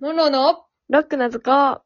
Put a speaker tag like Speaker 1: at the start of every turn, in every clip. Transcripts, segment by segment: Speaker 1: ロンローの
Speaker 2: ロックな図工。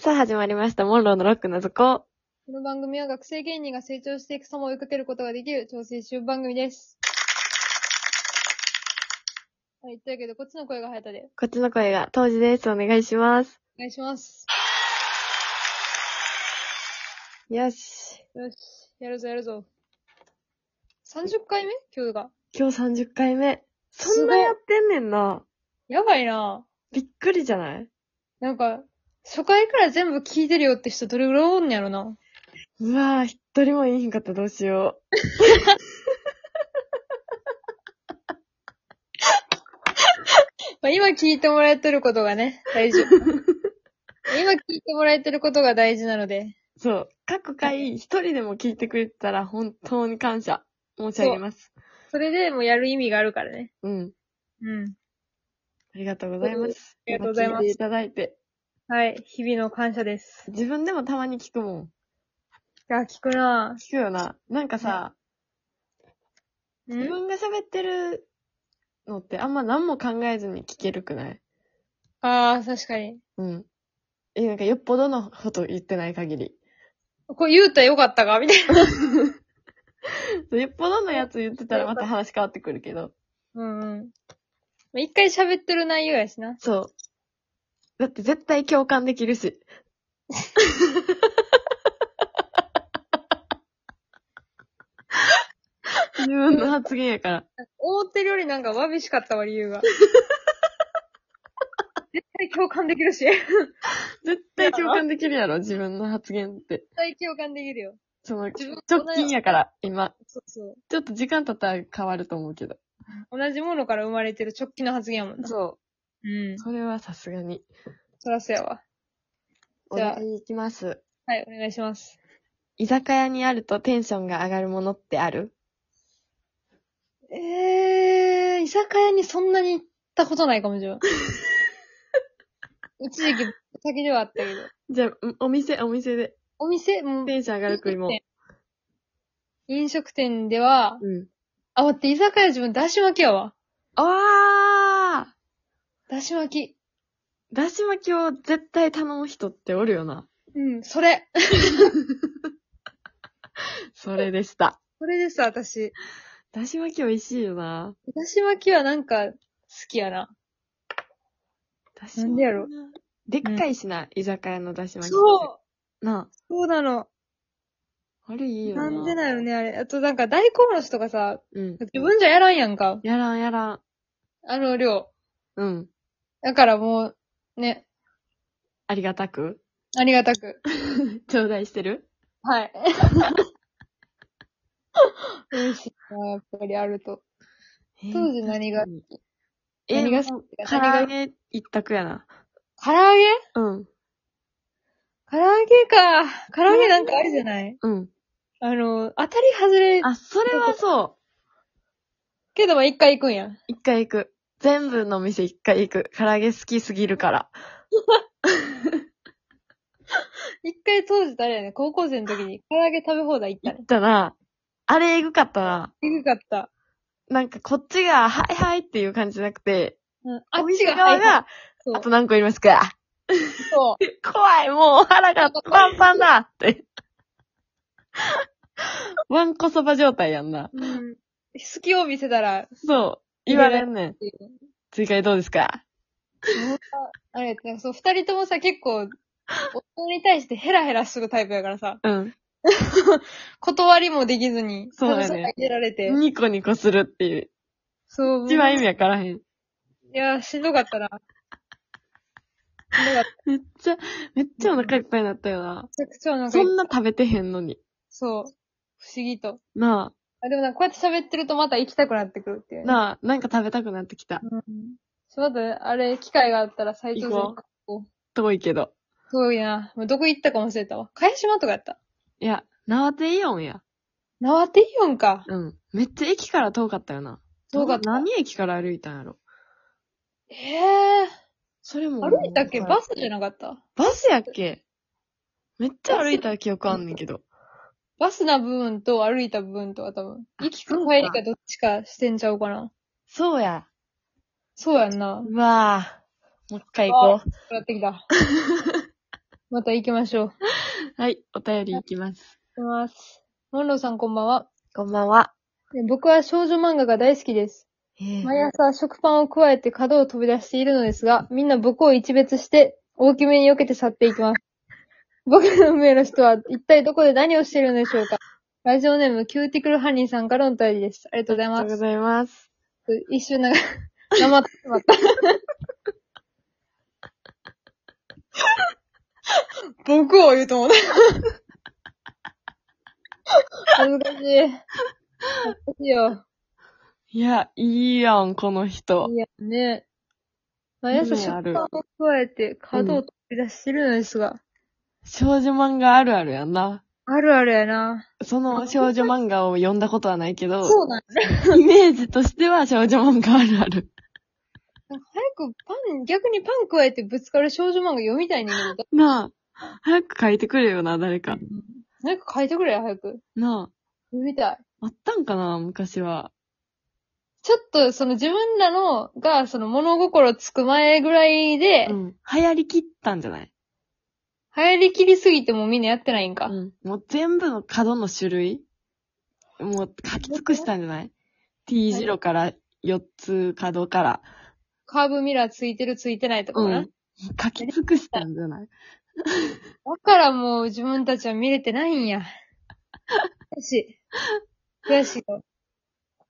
Speaker 2: さあ始まりました。モンローのロックな図工。
Speaker 1: この番組は学生芸人が成長していく様を追いかけることができる調整集番組です。はい、というわけで、こっちの声が早田で、
Speaker 2: こっちの声が当時です。お願いします。
Speaker 1: お願いします。
Speaker 2: よし。
Speaker 1: よし、やるぞやるぞ。30回目今日が。
Speaker 2: 今日30回目。そん
Speaker 1: すご
Speaker 2: ないやってんねんな。
Speaker 1: やばいな
Speaker 2: びっくりじゃない
Speaker 1: なんか、初回から全部聞いてるよって人どれぐらいおんねやろな。
Speaker 2: うわぁ、一人もいいひんかったどうしよ
Speaker 1: まあ、今聞いてもらえてることがね、大事。今聞いてもらえてることが大事なので、
Speaker 2: う。そう。各回一人でも聞いてくれてたら本当に感謝。申し上げます。
Speaker 1: それでもうやる意味があるからね。
Speaker 2: うん。
Speaker 1: うん。
Speaker 2: ありがとうございます。
Speaker 1: ありがとうございます
Speaker 2: 聞いていただいて。
Speaker 1: はい、日々の感謝です。
Speaker 2: 自分でもたまに聞くもん。
Speaker 1: いや、聞くな
Speaker 2: 聞くよな。なんかさ、
Speaker 1: ぁ。
Speaker 2: 自分が喋ってるのってあんま何も考えずに聞けるくない
Speaker 1: ああ、確かに。
Speaker 2: うん。え、なんかよっぽどのこと言ってない限り。
Speaker 1: これ言うたらよかったかみたいな。
Speaker 2: そうよっぽどのやつ言ってたらまた話変わってくるけど。
Speaker 1: うんうん。まあ一回喋ってる内容やしな。
Speaker 2: そう。だって絶対共感できる し。自分の発言やから。
Speaker 1: 思ってるよりなんかわびしかったわ、理由 が。絶対共感できるし。絶
Speaker 2: 絶対共感できるやろ、自分の発言って。
Speaker 1: 対共感できるよ。
Speaker 2: その、
Speaker 1: 自分
Speaker 2: 直近やから、今。
Speaker 1: そうそう。
Speaker 2: ちょっと時間経ったら変わると思うけど。
Speaker 1: 同じものから生まれてる直近の発言やもんな。。
Speaker 2: そう
Speaker 1: ん
Speaker 2: う。。それはさすがに。
Speaker 1: そらそうやわ。
Speaker 2: お
Speaker 1: じゃあ
Speaker 2: 題いきます。
Speaker 1: はい、お願いします。
Speaker 2: 居酒屋にあるとテンションが上がるものってある
Speaker 1: えー、居酒屋にそんなに行ったことないかもしれない。 一時期、先ではあったけど。
Speaker 2: じゃあ、んお店、お店で。
Speaker 1: お店もう
Speaker 2: テンション上がる食いも。
Speaker 1: 飲食店では、
Speaker 2: うん。
Speaker 1: あ、待って、居酒屋自分、だし巻きやわ。
Speaker 2: あ
Speaker 1: だし巻き。
Speaker 2: ーだし巻きを絶対頼む人っておるよな。
Speaker 1: うん、それ。
Speaker 2: それでした。
Speaker 1: それです、私。
Speaker 2: だし巻き美味しいよな。
Speaker 1: だし巻きはなんか、好きやな。
Speaker 2: だし巻きな
Speaker 1: なんでやろ
Speaker 2: でっかいしな、居酒屋のだし巻きって。
Speaker 1: そう
Speaker 2: な
Speaker 1: そうなの。
Speaker 2: あ。あれいいよ
Speaker 1: な
Speaker 2: な。
Speaker 1: んでなのね、あれ。あとなんか、大根おろしとかさ、
Speaker 2: うん。
Speaker 1: 自分じゃやらんやんか。
Speaker 2: やらんやらん。
Speaker 1: あの量。
Speaker 2: うん。
Speaker 1: だからもう、ね、
Speaker 2: ありがたく。
Speaker 1: ありがたく。
Speaker 2: 頂戴してる
Speaker 1: はい。嬉しいな、やっぱりあると。当時何が
Speaker 2: えー、
Speaker 1: 何が好
Speaker 2: も
Speaker 1: き
Speaker 2: う唐
Speaker 1: 何が
Speaker 2: 揚げ一択やな。
Speaker 1: 唐揚げ
Speaker 2: うん。
Speaker 1: 唐揚げか。唐揚げなんかあれじゃない
Speaker 2: うん。
Speaker 1: あの、当たり外れ、
Speaker 2: あ、それはそう。
Speaker 1: けどまあ一回行くんや。
Speaker 2: 一回行く。全部の店一回行く。唐揚げ好きすぎるから。
Speaker 1: 一回当時とあれやね、高校生の時に唐揚げ食べ放題行った
Speaker 2: 行
Speaker 1: ね
Speaker 2: っ。たな。あれエグかったな。
Speaker 1: えぐかった。
Speaker 2: なんかこっちが、はいはいっていう感じじゃなくて、
Speaker 1: うん。あっ
Speaker 2: お
Speaker 1: ち
Speaker 2: 店
Speaker 1: が
Speaker 2: 側
Speaker 1: 入っ
Speaker 2: が、
Speaker 1: そう
Speaker 2: あと何個いりますか
Speaker 1: てそ
Speaker 2: 怖い、もう腹がパンパンだって。 わんこそば状態やんな。
Speaker 1: う。うん。隙を見せたら、
Speaker 2: そう。言われんねん。
Speaker 1: っていう
Speaker 2: 追加でどうですか
Speaker 1: あれやって、なんかそう、二人ともさ、結構、夫に対してヘラヘラするタイプやからさ、
Speaker 2: うん。
Speaker 1: 断りもできずに、
Speaker 2: そうだね
Speaker 1: ただ入れられて、
Speaker 2: ニコニコするっていう。
Speaker 1: そう、
Speaker 2: 一番意
Speaker 1: い
Speaker 2: 味わからへん。
Speaker 1: や、しんどかったな。しんどかった。
Speaker 2: めっちゃ、めっちゃお腹いっぱいになったよな。
Speaker 1: めちゃくちゃなんか
Speaker 2: そ、んな食べてへんのに。
Speaker 1: そう、不思議と。
Speaker 2: な
Speaker 1: あ、でもなんかこうやって喋ってるとまた行きたくなってくるっていう
Speaker 2: あ、
Speaker 1: ね。
Speaker 2: なあ、なんか食べたくなってきた。
Speaker 1: うん。ちょっと待って、あれ、機会があったら斎藤さん
Speaker 2: 行遠いけど。
Speaker 1: すごいな。もうどこ行ったか忘れたわ。返島とかやった。
Speaker 2: いや、縄手イオンや。
Speaker 1: 縄手イオンか。
Speaker 2: うん。めっちゃ駅から遠かったよな。
Speaker 1: 遠かった
Speaker 2: ど何駅から歩いたんやろ。
Speaker 1: ええ
Speaker 2: それも。
Speaker 1: 歩いたっけバスじゃ
Speaker 2: な
Speaker 1: なかった
Speaker 2: バスやっけめっちゃ歩いた記憶あんね んけど。
Speaker 1: バスな部分と歩いた部分とは多分、行きか
Speaker 2: そうか
Speaker 1: 帰りかどっちかしてんちゃうかな。
Speaker 2: そうや。
Speaker 1: そうやんな。
Speaker 2: うわぁ。もう一回行こ
Speaker 1: やってきた。また行きましょう。行
Speaker 2: う。はい、お便り行きます。
Speaker 1: きます。モンローさんこんばんは。
Speaker 2: こんばんは。
Speaker 1: え僕は少女漫画が大好きです。
Speaker 2: えー
Speaker 1: 毎朝食パンを加えて角を飛び出しているのですが、みんな僕を一別して、大きめに避けて去っていきます。 僕の運命の人は一体どこで何をしているのでしょうかラジオネーム、キューティクルハニーさんからのお便りです。ありがとうござい
Speaker 2: あり
Speaker 1: ま
Speaker 2: がとうご
Speaker 1: す。
Speaker 2: ざいます。
Speaker 1: 一瞬ながら、黙 ってしまった。僕を言うと思った。難しい。難しいよ。
Speaker 2: いや、いいやん、この人。
Speaker 1: いや、ね。毎朝食パンを加えて角を飛び出してるのですが、
Speaker 2: 少女漫画あるあるやんな。
Speaker 1: あるあるやな。
Speaker 2: その少女漫画を読んだことはないけど、
Speaker 1: そうなんだ。
Speaker 2: イメージとしては少女漫画あるある。
Speaker 1: 早くパン、逆にパン加えてぶつかる少女漫画読みたいねんだけど。
Speaker 2: なあ。早く書いてくれよな、誰か。
Speaker 1: なんか書いてくれよ、早く。
Speaker 2: な
Speaker 1: 読みたい。
Speaker 2: あ。あったんかな、昔は。
Speaker 1: ちょっと、その自分らのが、その物心つく前ぐらいで、
Speaker 2: うん。流行りきったんじゃない
Speaker 1: 流行りきりすぎてもみんなやってないんか。
Speaker 2: うん。もう全部の角の種類もう書き尽くしたんじゃない ?T 字路から4つ角から。
Speaker 1: カーブミラーついてるついてないとか
Speaker 2: う
Speaker 1: もな。
Speaker 2: ん。書き尽くしたんじゃない
Speaker 1: だからもう自分たちは見れてないんや。悔しい。悔しいよ。
Speaker 2: えー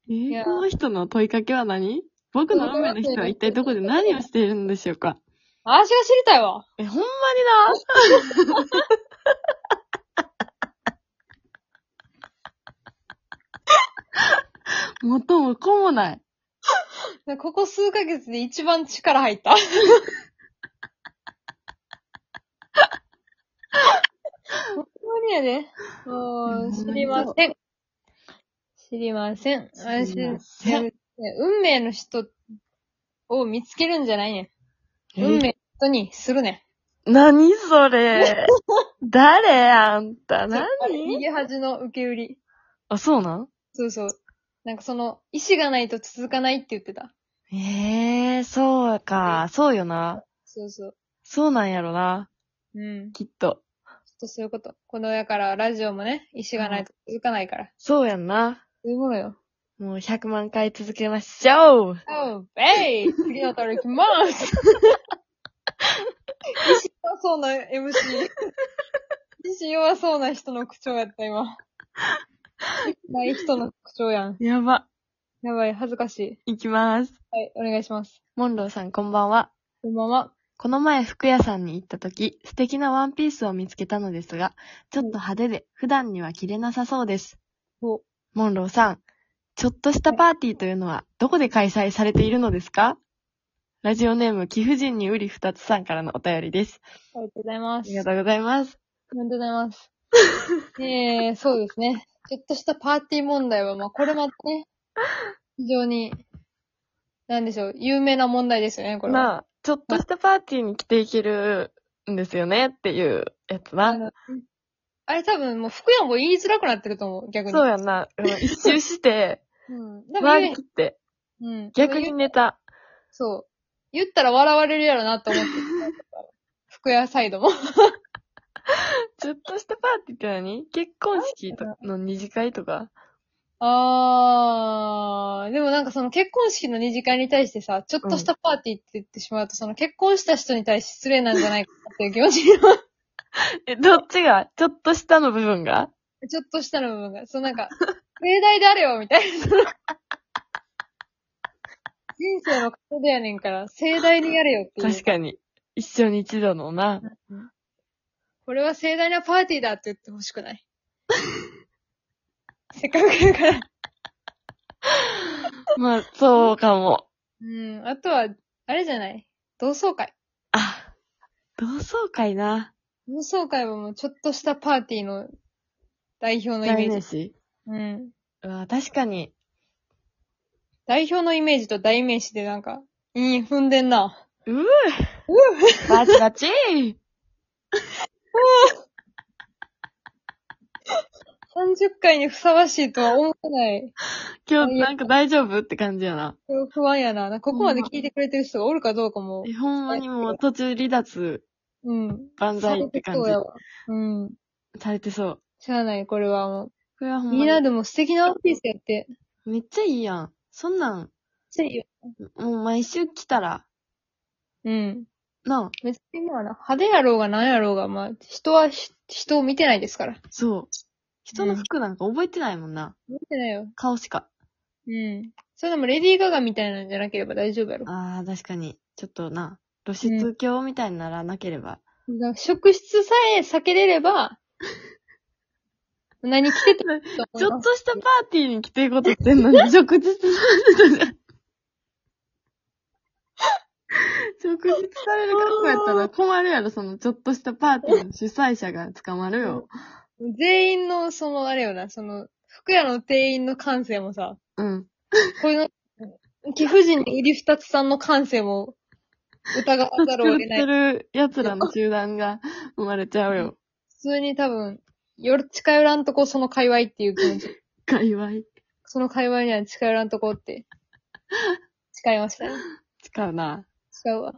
Speaker 1: いや
Speaker 2: この人の問いかけは何僕の運命の人は一体どこで何をしているんでしょうか
Speaker 1: あ私が知りたいわ。
Speaker 2: え、ほんまにな 元も子もない。
Speaker 1: でここ数ヶ月で一番力入った。本当にやで。もう、知りません。知りません。
Speaker 2: 知りません
Speaker 1: 私運命の人を見つけるんじゃないねん。
Speaker 2: え
Speaker 1: 運命の人にするね
Speaker 2: 何それ誰あんた
Speaker 1: ん。逃げ恥の受け売り。
Speaker 2: あ、そうなん
Speaker 1: そうそう。なんかその、意志がないと続かないって言ってた。
Speaker 2: ええー、そうか。そうよな。
Speaker 1: そうそう。
Speaker 2: そうなんやろな。
Speaker 1: うん。ちょ
Speaker 2: きっと。
Speaker 1: っとそういうこと。このだから、ラジオもね、意志がないと続かないから。
Speaker 2: そうやんな。
Speaker 1: そういうものよ。
Speaker 2: もう100万回続けましょう
Speaker 1: うん、えい次のタル行きます意 志弱そうな MC。意志弱そうな人の口調やった、今。ない人の口調やん。
Speaker 2: やば。
Speaker 1: やばい、恥ずかしい。
Speaker 2: いきます。
Speaker 1: はい、お願いします。
Speaker 2: モンローさんこんばんは。
Speaker 1: こんばんは。
Speaker 2: この前服屋さんに行った時、素敵なワンピースを見つけたのですが、ちょっと派手で普段には着れなさそうです。
Speaker 1: お
Speaker 2: モンローさん、ちょっとしたパーティーというのはどこで開催されているのですかラジオネーム、貴婦人にうり二つさんからのお便りです。
Speaker 1: ありがとうございま
Speaker 2: あ
Speaker 1: す。
Speaker 2: りが
Speaker 1: あ
Speaker 2: とうございます。
Speaker 1: りがとうございます。 えー、そうですね。ちょっとしたパーティー問題は、まあ、これまでね、非常に、なんでしょう、有名な問題ですよね、これは。
Speaker 2: なあ、ちょっとしたパーティーに着ていけるんですよねっていうやつな。
Speaker 1: あれ多分もう服屋も言いづらくなってると思う、逆に。
Speaker 2: そうやんな。うん一周 して、
Speaker 1: うん。でも
Speaker 2: 回
Speaker 1: 言え
Speaker 2: り切って、
Speaker 1: うん。
Speaker 2: 逆に
Speaker 1: 言う
Speaker 2: ネタ。
Speaker 1: そう。言ったら笑われるやろなと思って。 服屋サイドも。
Speaker 2: ちょっとしたパーティーって何結婚式との二次会とか。
Speaker 1: あー、でもなんかその結婚式の二次会に対してさ、ちょっとしたパーティーって言ってしまうと、その結婚した人に対して失礼なんじゃないかっていう気持ちに
Speaker 2: え、どっちがちょっと下の部分が
Speaker 1: ちょっとしたの部分が、そのなんか、 盛大であれよ、みたいな。その 人生のことでやねんから、盛大にやれよっていう。
Speaker 2: 確かに。一生に一度のな。
Speaker 1: これは盛大なパーティーだって言ってほしくない。 せっかくだから。
Speaker 2: まあ、そうかも。
Speaker 1: うん。あとは、あれじゃない同窓会。
Speaker 2: あ、同窓会な。
Speaker 1: 同窓会はもうちょっとしたパーティーの代表のイメ
Speaker 2: 代
Speaker 1: ー
Speaker 2: 名
Speaker 1: ジ。
Speaker 2: 詞。
Speaker 1: うん。
Speaker 2: うわ、確かに。
Speaker 1: 代表のイメージと代名詞でなんか、いい、踏んでんな。
Speaker 2: うぅバチ バチ
Speaker 1: 30回にふさわしいとは思わない。
Speaker 2: 今日なんか大丈夫って感じやな。
Speaker 1: 不安やな。なんかここまで聞いてくれてる人がおるかどうかも
Speaker 2: え。ほんまにもう途中離脱
Speaker 1: うん。
Speaker 2: 万歳って感
Speaker 1: そう
Speaker 2: じ
Speaker 1: や。わ。うん。
Speaker 2: されてそう。
Speaker 1: しゃあない、これはも
Speaker 2: これはほ
Speaker 1: う。
Speaker 2: ん
Speaker 1: みんな
Speaker 2: まに。
Speaker 1: でも素敵なワンピースやって。
Speaker 2: めっちゃいいやん。そんなん、
Speaker 1: ついよ。
Speaker 2: もう毎週来たら、
Speaker 1: うん。
Speaker 2: なあ、
Speaker 1: 別にまあな、派手やろうが何やろうが、まあ、人はひ人を見てないですから。
Speaker 2: そう。人の服なんか覚えてないもんな。
Speaker 1: 見てないよ。
Speaker 2: 顔しか。
Speaker 1: うん。それでもレディー・ガガみたいなんじゃなければ大丈夫やろ。
Speaker 2: ああ、確かに。ちょっとな、露出狂みたいにならなければ。
Speaker 1: なんか職質さえ避けれれば、何着ててもいいと思
Speaker 2: ち
Speaker 1: い
Speaker 2: ょ
Speaker 1: ま
Speaker 2: っ
Speaker 1: す。
Speaker 2: としたパーティーに来てることっ てんのに、食事される。食事される格好やったら困るやろ、そのちょっとしたパーティーの主催者が捕まるよ。
Speaker 1: 全員の、その、あれよな、その、服屋の店員の感性もさ、
Speaker 2: うん。
Speaker 1: こういうの、貴婦人の入り二つさんの感性も、疑わざるを
Speaker 2: 作
Speaker 1: 得
Speaker 2: っ
Speaker 1: ない
Speaker 2: て。る奴らの集団が生まれちゃうよ。
Speaker 1: 普通に多分、よろ、近寄らんとこ、その界隈っていう気持ち。
Speaker 2: 界隈。
Speaker 1: その界隈には近寄らんとこって。誓いましたね。
Speaker 2: 使うな。
Speaker 1: 誓うわ。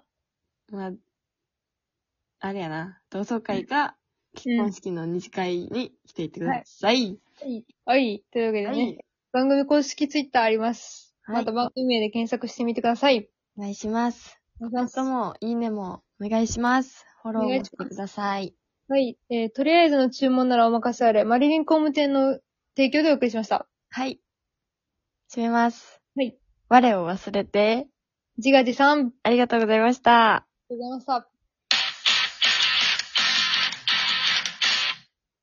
Speaker 2: まあ、あれやな。同窓会か、結婚式の二次会に来ていってください。
Speaker 1: はい。はい。というわけでね、
Speaker 2: はい。
Speaker 1: 番組公式ツイッターあります。
Speaker 2: はい
Speaker 1: また番組名で検索してみてください。
Speaker 2: お願いします。
Speaker 1: お
Speaker 2: なんかも、いいねもお願いします。フォローもしてください。
Speaker 1: はい。えー、とりあえずの注文ならお任せあれ、マリリン工務店の提供でお送りしました。
Speaker 2: はい。閉めます。
Speaker 1: はい。
Speaker 2: 我を忘れて、
Speaker 1: 自画自賛。あり
Speaker 2: ありがとうございました。
Speaker 1: がとうございました。